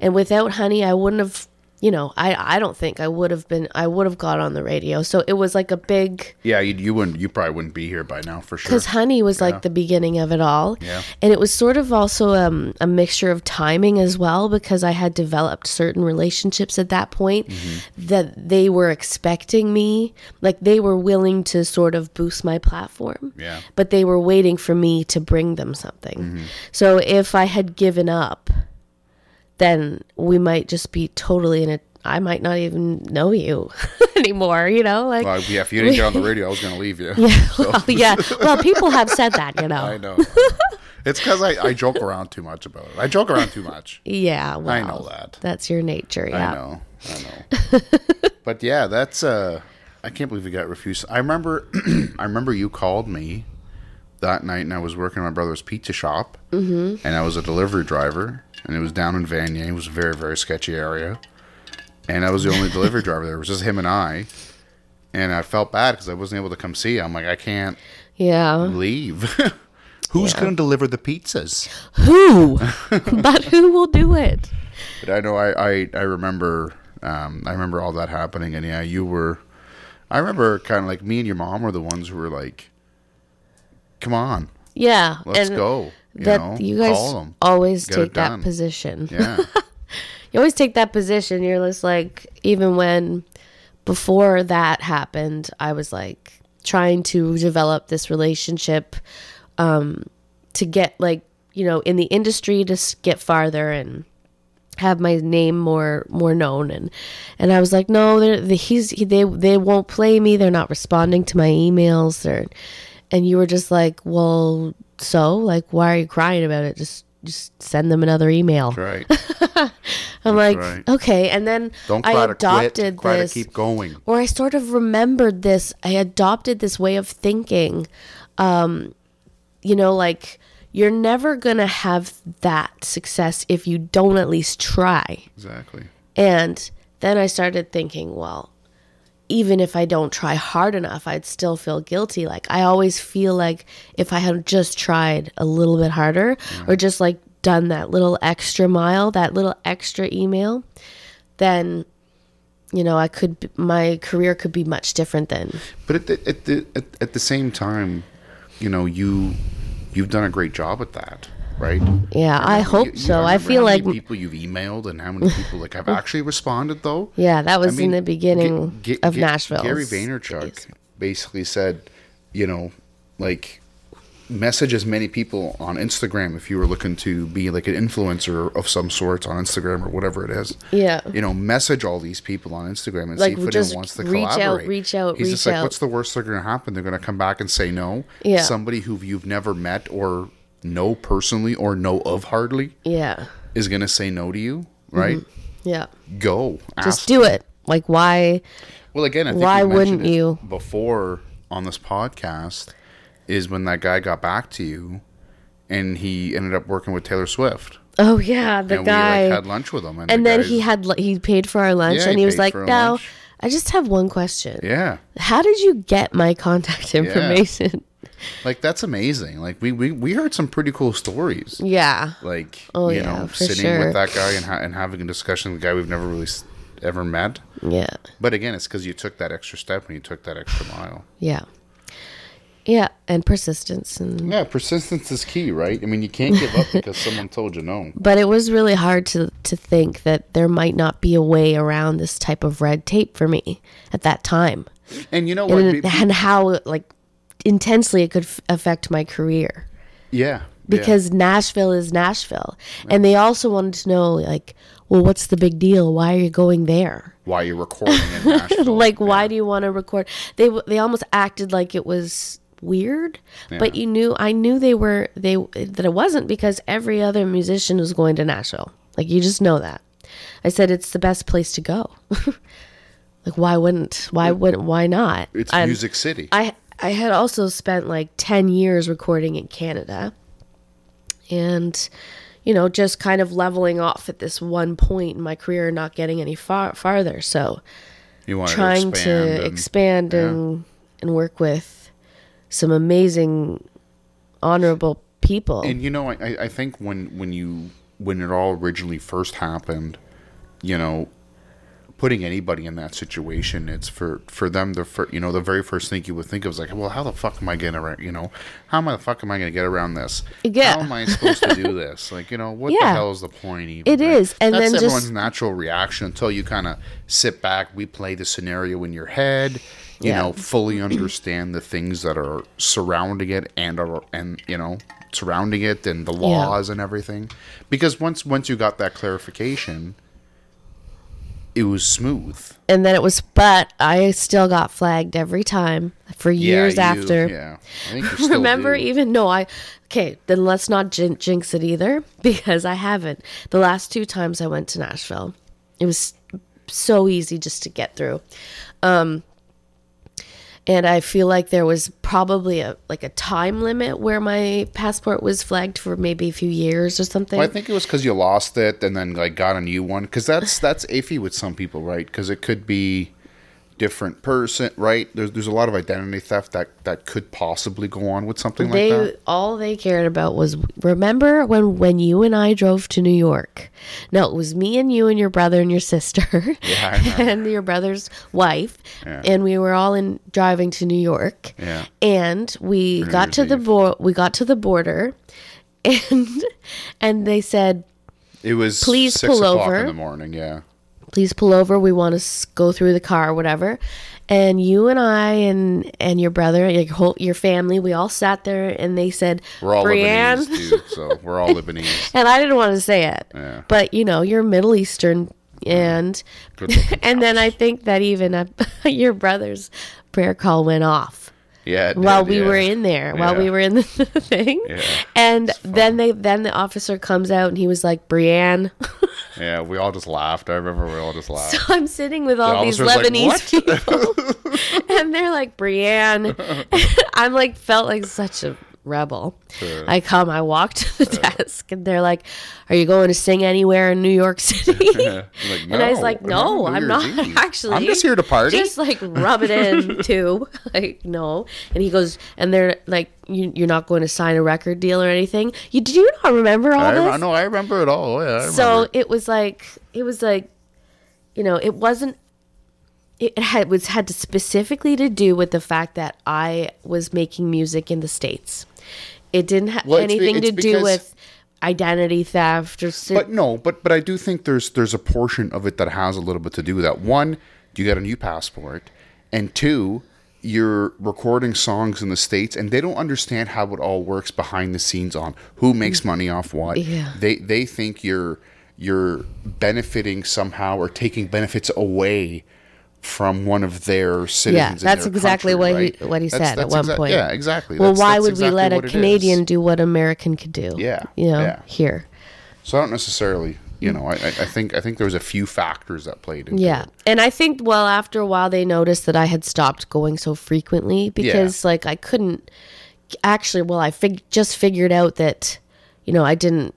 [SPEAKER 3] and without honey i wouldn't have you know i i don't think i would have been i would have got on the radio so it was like a big
[SPEAKER 2] Yeah, you, you wouldn't. You probably wouldn't be here by now for sure.
[SPEAKER 3] because honey was like the beginning of it all
[SPEAKER 2] Yeah.
[SPEAKER 3] and it was sort of also um, a mixture of timing as well because i had developed certain relationships at that point
[SPEAKER 2] Mm-hmm.
[SPEAKER 3] that they were expecting me like they were willing to sort of boost my platform
[SPEAKER 2] Yeah. Mm-hmm.
[SPEAKER 3] but they were waiting for me to bring them something so if i had given up then we might just be totally in a i might not even know you anymore you know like
[SPEAKER 2] Well, yeah, if you didn't get on the radio, I was going to leave you.
[SPEAKER 3] well, yeah. Well, people have said that, you know.
[SPEAKER 2] I know. it's because I, I joke around too much about it. I joke around too much.
[SPEAKER 3] Yeah, well,
[SPEAKER 2] I know that.
[SPEAKER 3] That's your nature. Yeah.
[SPEAKER 2] I know. I know. but yeah, that's. uh I can't believe you got refused. I remember. I remember you called me that night, and I was working at my brother's pizza shop, mm-hmm. and I was a delivery driver, and it was down in Vanier. It was a very very sketchy area, and I was the only delivery driver there. It was just him and I. And I felt bad because I wasn't able to come see you. I'm like, I can't
[SPEAKER 3] Yeah.
[SPEAKER 2] leave. Who's going to deliver the pizzas?
[SPEAKER 3] Who? but who will do it?
[SPEAKER 2] But I know I I, I remember um, I remember all that happening, and yeah, you were. I remember kind of like me and your mom were the ones who were like, "Come on,
[SPEAKER 3] Yeah.
[SPEAKER 2] let's
[SPEAKER 3] and
[SPEAKER 2] go." You
[SPEAKER 3] that
[SPEAKER 2] know,
[SPEAKER 3] you guys
[SPEAKER 2] call 'em.
[SPEAKER 3] always
[SPEAKER 2] Get it
[SPEAKER 3] take that
[SPEAKER 2] done.
[SPEAKER 3] position.
[SPEAKER 2] yeah,
[SPEAKER 3] You always take that position. You're just like, even when before that happened, I was like trying to develop this relationship um, to get like, you know, in the industry to s- get farther and have my name more more known and and I was like no they're the, he's he, they they won't play me they're not responding to my emails they're and you were just like well so like why are you crying about it just just send them another email
[SPEAKER 2] right.
[SPEAKER 3] I'm like,
[SPEAKER 2] right.
[SPEAKER 3] okay. And then
[SPEAKER 2] Don't
[SPEAKER 3] I
[SPEAKER 2] try to
[SPEAKER 3] adopted
[SPEAKER 2] quit. Try to
[SPEAKER 3] this,
[SPEAKER 2] keep going.
[SPEAKER 3] or I sort of remembered this. I adopted this way of thinking. Um, you know, like you're never gonna have that success if you don't at least try.
[SPEAKER 2] Exactly.
[SPEAKER 3] And then I started thinking, well, even if I don't try hard enough, I'd still feel guilty. Like I always feel like if I had just tried a little bit harder
[SPEAKER 2] Mm-hmm.
[SPEAKER 3] or just like done that little extra mile, that little extra email, then you know, I could b- my career could be much different then.
[SPEAKER 2] But at the, at the at, at the same time, you know you you've done a great job at that, right?
[SPEAKER 3] Yeah, I
[SPEAKER 2] remember
[SPEAKER 3] hope
[SPEAKER 2] you- you-
[SPEAKER 3] so. I
[SPEAKER 2] remember
[SPEAKER 3] feel
[SPEAKER 2] how
[SPEAKER 3] like
[SPEAKER 2] many people you've emailed and how many people like have actually responded though.
[SPEAKER 3] yeah, that was in
[SPEAKER 2] mean,
[SPEAKER 3] the beginning
[SPEAKER 2] Ga- Ga-
[SPEAKER 3] of
[SPEAKER 2] Ga-
[SPEAKER 3] Nashville.
[SPEAKER 2] Gary Vaynerchuk basically said, you know, like message as many people on Instagram if you were looking to be like an influencer of some sort on Instagram or whatever it is.
[SPEAKER 3] Yeah.
[SPEAKER 2] You know, message all these people on Instagram and
[SPEAKER 3] Like,
[SPEAKER 2] see if anyone
[SPEAKER 3] just
[SPEAKER 2] wants to
[SPEAKER 3] reach out,
[SPEAKER 2] collaborate.
[SPEAKER 3] reach out,
[SPEAKER 2] He's just
[SPEAKER 3] reach
[SPEAKER 2] like,
[SPEAKER 3] out.
[SPEAKER 2] what's the worst that's going to happen? They're going to come back and say no.
[SPEAKER 3] Yeah.
[SPEAKER 2] Somebody who you've never met or know personally or know of hardly
[SPEAKER 3] Yeah.
[SPEAKER 2] is going to say no to you, right?
[SPEAKER 3] Yeah.
[SPEAKER 2] Go.
[SPEAKER 3] Mm-hmm. Just
[SPEAKER 2] ask
[SPEAKER 3] do it. Like why
[SPEAKER 2] well, again, I think
[SPEAKER 3] Why
[SPEAKER 2] we mentioned
[SPEAKER 3] wouldn't
[SPEAKER 2] it
[SPEAKER 3] you?
[SPEAKER 2] before on this podcast is when that guy got back to you, and he ended up working with Taylor Swift,
[SPEAKER 3] Oh yeah, the
[SPEAKER 2] and
[SPEAKER 3] guy.
[SPEAKER 2] we like had lunch with him, and,
[SPEAKER 3] and
[SPEAKER 2] the
[SPEAKER 3] then
[SPEAKER 2] guy's-
[SPEAKER 3] he had he paid for our lunch,
[SPEAKER 2] Yeah,
[SPEAKER 3] and
[SPEAKER 2] he
[SPEAKER 3] he was
[SPEAKER 2] paid
[SPEAKER 3] like,
[SPEAKER 2] for our
[SPEAKER 3] "Now,
[SPEAKER 2] lunch."
[SPEAKER 3] I just have one question.
[SPEAKER 2] yeah,
[SPEAKER 3] How did you get my contact information?"
[SPEAKER 2] like that's amazing. Like we we we heard some pretty cool stories.
[SPEAKER 3] Yeah,
[SPEAKER 2] Like
[SPEAKER 3] Oh,
[SPEAKER 2] you
[SPEAKER 3] yeah,
[SPEAKER 2] know,
[SPEAKER 3] for
[SPEAKER 2] sitting
[SPEAKER 3] sure.
[SPEAKER 2] with that guy and ha- and having a discussion with a guy we've never really s- ever met.
[SPEAKER 3] yeah, yeah,
[SPEAKER 2] But again, it's because you took that extra step and you took that extra mile.
[SPEAKER 3] yeah, and persistence, and
[SPEAKER 2] Yeah, persistence is key, right? I mean, you can't give up because someone told you no.
[SPEAKER 3] but it was really hard to to think that there might not be a way around this type of red tape for me at that time,
[SPEAKER 2] And you know what?
[SPEAKER 3] and
[SPEAKER 2] Be-
[SPEAKER 3] and how like intensely it could f- affect my career.
[SPEAKER 2] Yeah,
[SPEAKER 3] because Nashville is Nashville. And they also wanted to know, like, well, what's the big deal? Why are you going there?
[SPEAKER 2] Why you're recording in Nashville?
[SPEAKER 3] like, why do you want to record? They w- they almost acted like it was weird, but you knew I knew they were they that it wasn't because every other musician was going to Nashville. Like, you just know that. I said it's the best place to go. like, why wouldn't? Why wouldn't? Why not?
[SPEAKER 2] It's
[SPEAKER 3] I'm-
[SPEAKER 2] Music City.
[SPEAKER 3] I I had also spent like 10 years recording in Canada. And you know, just kind of leveling off at this one point in my career and not getting any far- farther. So,
[SPEAKER 2] you want
[SPEAKER 3] trying
[SPEAKER 2] to expand.
[SPEAKER 3] to
[SPEAKER 2] and-
[SPEAKER 3] expand and and work with some amazing honorable people.
[SPEAKER 2] And you know, I, I- I think when when you when it all originally first happened, you know, putting anybody in that situation, it's for for them the fir- you know the very first thing you would think of is like, well, how the fuck am I gonna around? You know, how am I the fuck am I gonna get around this?
[SPEAKER 3] Yeah.
[SPEAKER 2] How am I supposed to do this? Like, you know, what the
[SPEAKER 3] Yeah.
[SPEAKER 2] hell is the point? Even
[SPEAKER 3] It is, and
[SPEAKER 2] that's
[SPEAKER 3] then just-
[SPEAKER 2] everyone's natural reaction until you kind of sit back, replay the scenario in your head. You
[SPEAKER 3] Yeah.
[SPEAKER 2] know, fully understand the things that are surrounding it and are and you know surrounding it and the laws and everything because once once you got that clarification it was smooth
[SPEAKER 3] and then it was but I still got flagged every time for years
[SPEAKER 2] yeah, you-
[SPEAKER 3] after.
[SPEAKER 2] yeah I think you still
[SPEAKER 3] remember
[SPEAKER 2] do.
[SPEAKER 3] even no i okay then let's not jin- jinx it either because i haven't the last two times i went to nashville it was so easy just to get through um and i feel like there was probably a like a time limit where my passport was flagged for maybe a few years or something
[SPEAKER 2] Well, I think it was because you lost it and then like got a new one. Because that's that's iffy with some people, right? Because it could be different person, right? There's there's a lot of identity theft that that could possibly go on with something
[SPEAKER 3] they
[SPEAKER 2] like that.
[SPEAKER 3] all they cared about was remember when when you and I drove to New York. No, it was me and you and your brother and your sister
[SPEAKER 2] Yeah, I know.
[SPEAKER 3] and your brother's wife,
[SPEAKER 2] Yeah.
[SPEAKER 3] and we were all in driving to New York.
[SPEAKER 2] Yeah.
[SPEAKER 3] and we got
[SPEAKER 2] Year's
[SPEAKER 3] to the
[SPEAKER 2] Eve.
[SPEAKER 3] bo- we got to the border, and and they said
[SPEAKER 2] It was
[SPEAKER 3] Please
[SPEAKER 2] six
[SPEAKER 3] pull
[SPEAKER 2] o'clock
[SPEAKER 3] over.
[SPEAKER 2] in the morning. Yeah,
[SPEAKER 3] please pull over we want to s- go through the car or whatever and you and i and and your brother your whole your family we all sat there and they said
[SPEAKER 2] we're all
[SPEAKER 3] Brienne,
[SPEAKER 2] Lebanese, dude. So we're all Lebanese.
[SPEAKER 3] and I didn't want to say it.
[SPEAKER 2] Yeah.
[SPEAKER 3] But you know, you're Middle Eastern, and
[SPEAKER 2] Good looking
[SPEAKER 3] and then I think that even uh your brother's prayer call went off
[SPEAKER 2] Yeah, it
[SPEAKER 3] while
[SPEAKER 2] did,
[SPEAKER 3] we
[SPEAKER 2] yeah.
[SPEAKER 3] were in there, while
[SPEAKER 2] Yeah.
[SPEAKER 3] we were in the thing,
[SPEAKER 2] Yeah.
[SPEAKER 3] and then they then the officer comes out and he was like, "Brianne."
[SPEAKER 2] Yeah, we all just laughed. I remember we all just laughed.
[SPEAKER 3] So I'm sitting with all
[SPEAKER 2] The
[SPEAKER 3] these
[SPEAKER 2] officer's like,
[SPEAKER 3] Lebanese people, and they're like, "Brianne," I'm like, felt like such a rebel. I come, I walk to the desk, and they're like, "Are you going to sing anywhere in New York City?"
[SPEAKER 2] Yeah. I'm like,
[SPEAKER 3] And I was like,
[SPEAKER 2] I'm not
[SPEAKER 3] no,
[SPEAKER 2] on New
[SPEAKER 3] I'm
[SPEAKER 2] Year's
[SPEAKER 3] not
[SPEAKER 2] Eve.
[SPEAKER 3] actually.
[SPEAKER 2] I'm just here to party.
[SPEAKER 3] Just like rub it in too. Like, no. And he goes, and they're like, you, you're not going to sign a record deal or anything. You do you not remember all
[SPEAKER 2] I,
[SPEAKER 3] this?
[SPEAKER 2] I know. I remember it all. Yeah, I remember.
[SPEAKER 3] so it was like, it was like, you know, it wasn't. It had was had to specifically to do with the fact that I was making music in the states. It didn't have
[SPEAKER 2] Well, it's be-
[SPEAKER 3] anything
[SPEAKER 2] it's
[SPEAKER 3] to do
[SPEAKER 2] because-
[SPEAKER 3] with identity theft or. si-
[SPEAKER 2] But no, but but I do think there's there's a portion of it that has a little bit to do with that. One, you got a new passport, and two, you're recording songs in the states, and they don't understand how it all works behind the scenes on who makes money off what.
[SPEAKER 3] Yeah.
[SPEAKER 2] They they think you're you're benefiting somehow or taking benefits away from one of their citizens.
[SPEAKER 3] Yeah,
[SPEAKER 2] in
[SPEAKER 3] that's
[SPEAKER 2] their
[SPEAKER 3] exactly
[SPEAKER 2] country,
[SPEAKER 3] what he-
[SPEAKER 2] right?
[SPEAKER 3] what he
[SPEAKER 2] That's-
[SPEAKER 3] said at
[SPEAKER 2] that's
[SPEAKER 3] one
[SPEAKER 2] exact-
[SPEAKER 3] point.
[SPEAKER 2] Yeah, exactly.
[SPEAKER 3] Well,
[SPEAKER 2] That's-
[SPEAKER 3] why
[SPEAKER 2] that's
[SPEAKER 3] would
[SPEAKER 2] exactly
[SPEAKER 3] we let a
[SPEAKER 2] what it is.
[SPEAKER 3] Canadian do what American could do?
[SPEAKER 2] Yeah,
[SPEAKER 3] You know,
[SPEAKER 2] yeah.
[SPEAKER 3] here.
[SPEAKER 2] So I don't necessarily, you know, I, I I think I think there was a few factors that played into
[SPEAKER 3] Yeah.
[SPEAKER 2] it.
[SPEAKER 3] And I think, well, after a while, they noticed that I had stopped going so frequently because, like, I couldn't actually, well, I fig- just figured out that, you know, I didn't.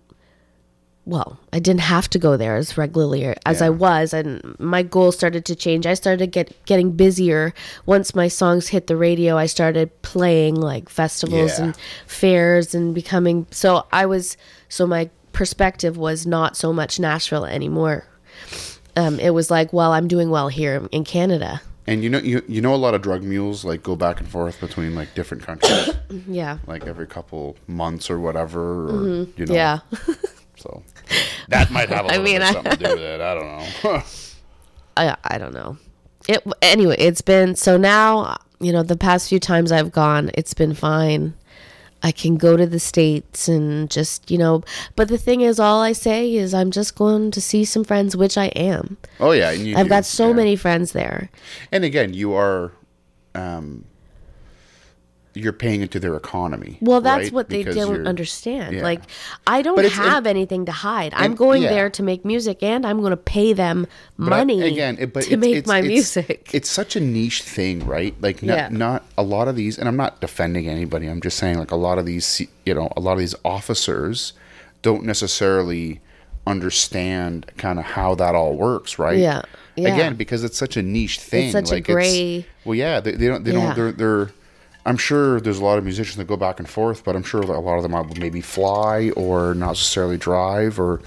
[SPEAKER 3] Well, I didn't have to go there as regularly as I
[SPEAKER 2] Yeah.
[SPEAKER 3] was, and my goals started to change. I started get getting busier once my songs hit the radio. I started playing like festivals
[SPEAKER 2] Yeah.
[SPEAKER 3] and fairs and becoming so I was so my perspective was not so much Nashville anymore. Um, it was like, well, I'm doing well here in Canada.
[SPEAKER 2] And you know, you you know, a lot of drug mules like go back and forth between like different countries,
[SPEAKER 3] Yeah.
[SPEAKER 2] like every couple months or whatever, or you know.
[SPEAKER 3] Mm-hmm. Yeah.
[SPEAKER 2] So that might have a little
[SPEAKER 3] mean,
[SPEAKER 2] bit
[SPEAKER 3] I-
[SPEAKER 2] something to do with it. I don't know.
[SPEAKER 3] I, I don't know. It anyway, it's been so now, you know, the past few times I've gone, it's been fine. I can go to the States and just, you know. But the thing is, all I say is I'm just going to see some friends, which I am.
[SPEAKER 2] Oh yeah, and you
[SPEAKER 3] I've
[SPEAKER 2] do,
[SPEAKER 3] got so
[SPEAKER 2] yeah.
[SPEAKER 3] many friends there.
[SPEAKER 2] And again, you are, um, you're paying into their economy.
[SPEAKER 3] Well, that's
[SPEAKER 2] right?
[SPEAKER 3] what they
[SPEAKER 2] Because
[SPEAKER 3] don't
[SPEAKER 2] you're-
[SPEAKER 3] understand.
[SPEAKER 2] yeah.
[SPEAKER 3] Like, I don't
[SPEAKER 2] But it's-
[SPEAKER 3] have anything to hide. I'm
[SPEAKER 2] and-
[SPEAKER 3] going
[SPEAKER 2] yeah.
[SPEAKER 3] there to make music, and I'm going to pay them
[SPEAKER 2] But I-
[SPEAKER 3] money
[SPEAKER 2] again it, but
[SPEAKER 3] to
[SPEAKER 2] it's-
[SPEAKER 3] make
[SPEAKER 2] it's-
[SPEAKER 3] my
[SPEAKER 2] it's-
[SPEAKER 3] music.
[SPEAKER 2] It's such a niche thing, right? Like not,
[SPEAKER 3] Yeah.
[SPEAKER 2] not a lot of these, and I'm not defending anybody. I'm just saying like a lot of these, se- you know, a lot of these officers don't necessarily understand kind of how that all works, right?
[SPEAKER 3] Yeah. Yeah.
[SPEAKER 2] Again, because it's such a niche thing.
[SPEAKER 3] such a
[SPEAKER 2] like
[SPEAKER 3] gray-
[SPEAKER 2] well, yeah, they, they don't. They
[SPEAKER 3] Yeah.
[SPEAKER 2] don't. They're, they're. I'm sure there's a lot of musicians that go back and forth, but I'm sure that a lot of them would maybe fly or not necessarily drive or,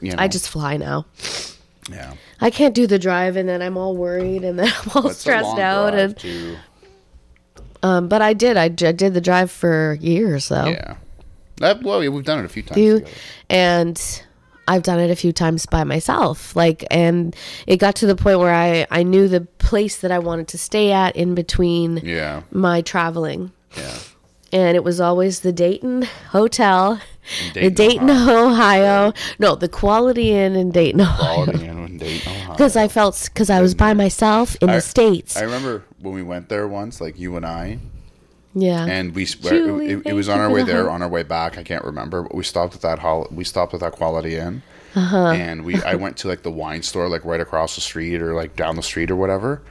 [SPEAKER 2] you know.
[SPEAKER 3] I just fly now.
[SPEAKER 2] yeah.
[SPEAKER 3] I can't do the drive, and then I'm all worried, and then I'm all
[SPEAKER 2] But it's a long
[SPEAKER 3] stressed out.
[SPEAKER 2] drive
[SPEAKER 3] And
[SPEAKER 2] to-
[SPEAKER 3] um, but I did. I, d- I did the drive for years, though.
[SPEAKER 2] Yeah. That, well, yeah, we've done it a few times.
[SPEAKER 3] you
[SPEAKER 2] together.
[SPEAKER 3] and I've done it a few times by myself. Like and it got to the point where I I knew the place that I wanted to stay at in between
[SPEAKER 2] Yeah.
[SPEAKER 3] my traveling.
[SPEAKER 2] Yeah.
[SPEAKER 3] And it was always the Dayton Hotel, the
[SPEAKER 2] Dayton,
[SPEAKER 3] Dayton, Ohio. No, the Quality Inn in Dayton, Ohio.
[SPEAKER 2] Holiday Inn in Dayton, Ohio.
[SPEAKER 3] Because I felt, because I was by myself in the States.
[SPEAKER 2] I remember when we went there once, like you and I,
[SPEAKER 3] yeah.
[SPEAKER 2] and we s-
[SPEAKER 3] Julie,
[SPEAKER 2] it, it
[SPEAKER 3] thank
[SPEAKER 2] was
[SPEAKER 3] you
[SPEAKER 2] on our
[SPEAKER 3] for
[SPEAKER 2] way
[SPEAKER 3] the
[SPEAKER 2] there,
[SPEAKER 3] hug.
[SPEAKER 2] on our way back. I can't remember, but we stopped at that hol- we stopped at that Quality Inn,
[SPEAKER 3] Uh-huh.
[SPEAKER 2] and we I went to like the wine store, like right across the street or like down the street or whatever.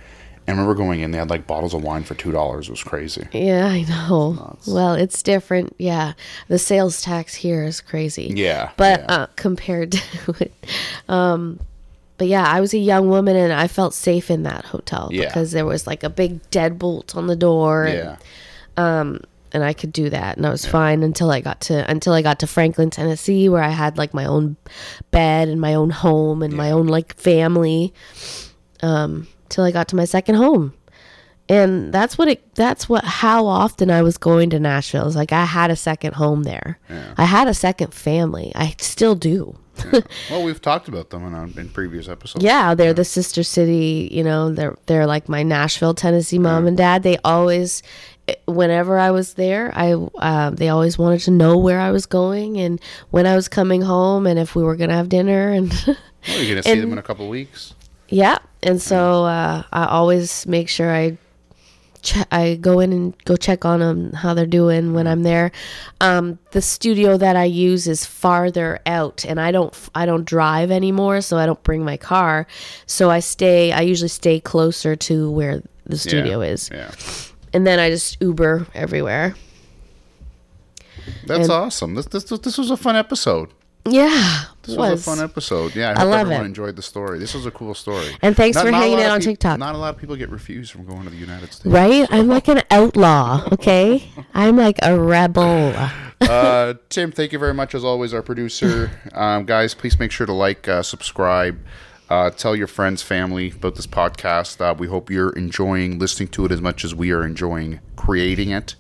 [SPEAKER 2] And I remember going in, they had like bottles of wine for two dollars. It was crazy.
[SPEAKER 3] yeah, I know. well, it's different. Yeah. The sales tax here is crazy.
[SPEAKER 2] Yeah,
[SPEAKER 3] but
[SPEAKER 2] yeah.
[SPEAKER 3] uh, compared to it, um, but yeah, I was a young woman and I felt safe in that hotel
[SPEAKER 2] Yeah.
[SPEAKER 3] because there was like a big deadbolt on the door, and,
[SPEAKER 2] yeah,
[SPEAKER 3] and I could do that, and I was fine until I got to until I got to Franklin, Tennessee, where I had like my own bed and my own home and my own like family, um, till I got to my second home. And that's what it. That's what how often I was going to Nashville. It's like I had a second home there. I had a second family. I still do.
[SPEAKER 2] Well, we've talked about them in, our, in previous episodes.
[SPEAKER 3] Yeah, they're the sister city. You know, they're they're like my Nashville, Tennessee mom and dad. They always, eh, whenever I was there, I uh, they always wanted to know where I was going and when I was coming home and if we were gonna have dinner and
[SPEAKER 2] Well, you're gonna see them in a couple of weeks.
[SPEAKER 3] yeah. And so uh, I always make sure I. Che- I go in and go check on them how they're doing
[SPEAKER 2] Mm-hmm.
[SPEAKER 3] when I'm there. Um, the studio that I use is farther out, and I don't I don't drive anymore, so I don't bring my car. So I stay. I usually stay closer to where the
[SPEAKER 2] Yeah,
[SPEAKER 3] studio is,
[SPEAKER 2] Yeah.
[SPEAKER 3] and then I just Uber everywhere.
[SPEAKER 2] That's awesome. This, this this was a fun episode.
[SPEAKER 3] Yeah,
[SPEAKER 2] This was,
[SPEAKER 3] was
[SPEAKER 2] a fun episode. Yeah, I, hope
[SPEAKER 3] love
[SPEAKER 2] everyone
[SPEAKER 3] it.
[SPEAKER 2] enjoyed the story. This was a cool story.
[SPEAKER 3] And thanks for
[SPEAKER 2] a
[SPEAKER 3] hanging
[SPEAKER 2] lot
[SPEAKER 3] out
[SPEAKER 2] of
[SPEAKER 3] on TikTok.
[SPEAKER 2] Not a lot of people get refused from going to the United States.
[SPEAKER 3] right. I'm like an outlaw. Okay, I'm like a rebel.
[SPEAKER 2] uh, Tim, thank you very much as always, our producer. Um, guys, please make sure to like, uh, subscribe, uh, tell your friends, family about this podcast. Uh, we hope you're enjoying listening to it as much as we are enjoying creating it.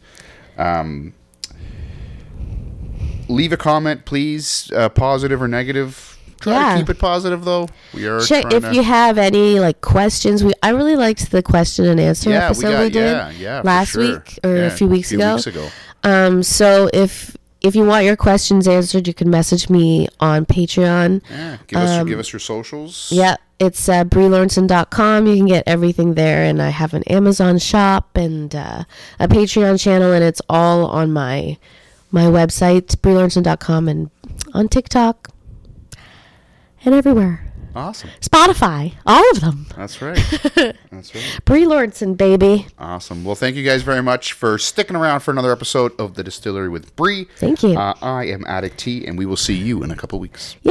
[SPEAKER 2] Um, leave a comment, please, uh, positive or negative. Try
[SPEAKER 3] Yeah.
[SPEAKER 2] to keep it positive, though. We are
[SPEAKER 3] Shit,
[SPEAKER 2] trying
[SPEAKER 3] if
[SPEAKER 2] to.
[SPEAKER 3] you have any like questions, we I really liked the question and answer
[SPEAKER 2] yeah,
[SPEAKER 3] episode we,
[SPEAKER 2] we got
[SPEAKER 3] did
[SPEAKER 2] yeah, yeah, for
[SPEAKER 3] last
[SPEAKER 2] sure.
[SPEAKER 3] week or
[SPEAKER 2] Yeah,
[SPEAKER 3] a few weeks ago.
[SPEAKER 2] Weeks ago.
[SPEAKER 3] Um, so if if you want your questions answered, you can message me on Patreon.
[SPEAKER 2] Yeah, give us give us your socials.
[SPEAKER 3] um, Yeah, it's uh, breelornson.com. You can get everything there, and I have an Amazon shop and uh, a Patreon channel, and it's all on my my website, breelornson.com, and on TikTok and everywhere,
[SPEAKER 2] awesome.
[SPEAKER 3] Spotify, all of them.
[SPEAKER 2] That's right. That's right.
[SPEAKER 3] Bree Lordson, baby.
[SPEAKER 2] Awesome. Well, thank you guys very much for sticking around for another episode of The Distillery with Bree.
[SPEAKER 3] Thank you.
[SPEAKER 2] Uh, I am Addict T, and we will see you in a couple weeks.
[SPEAKER 3] Yeah.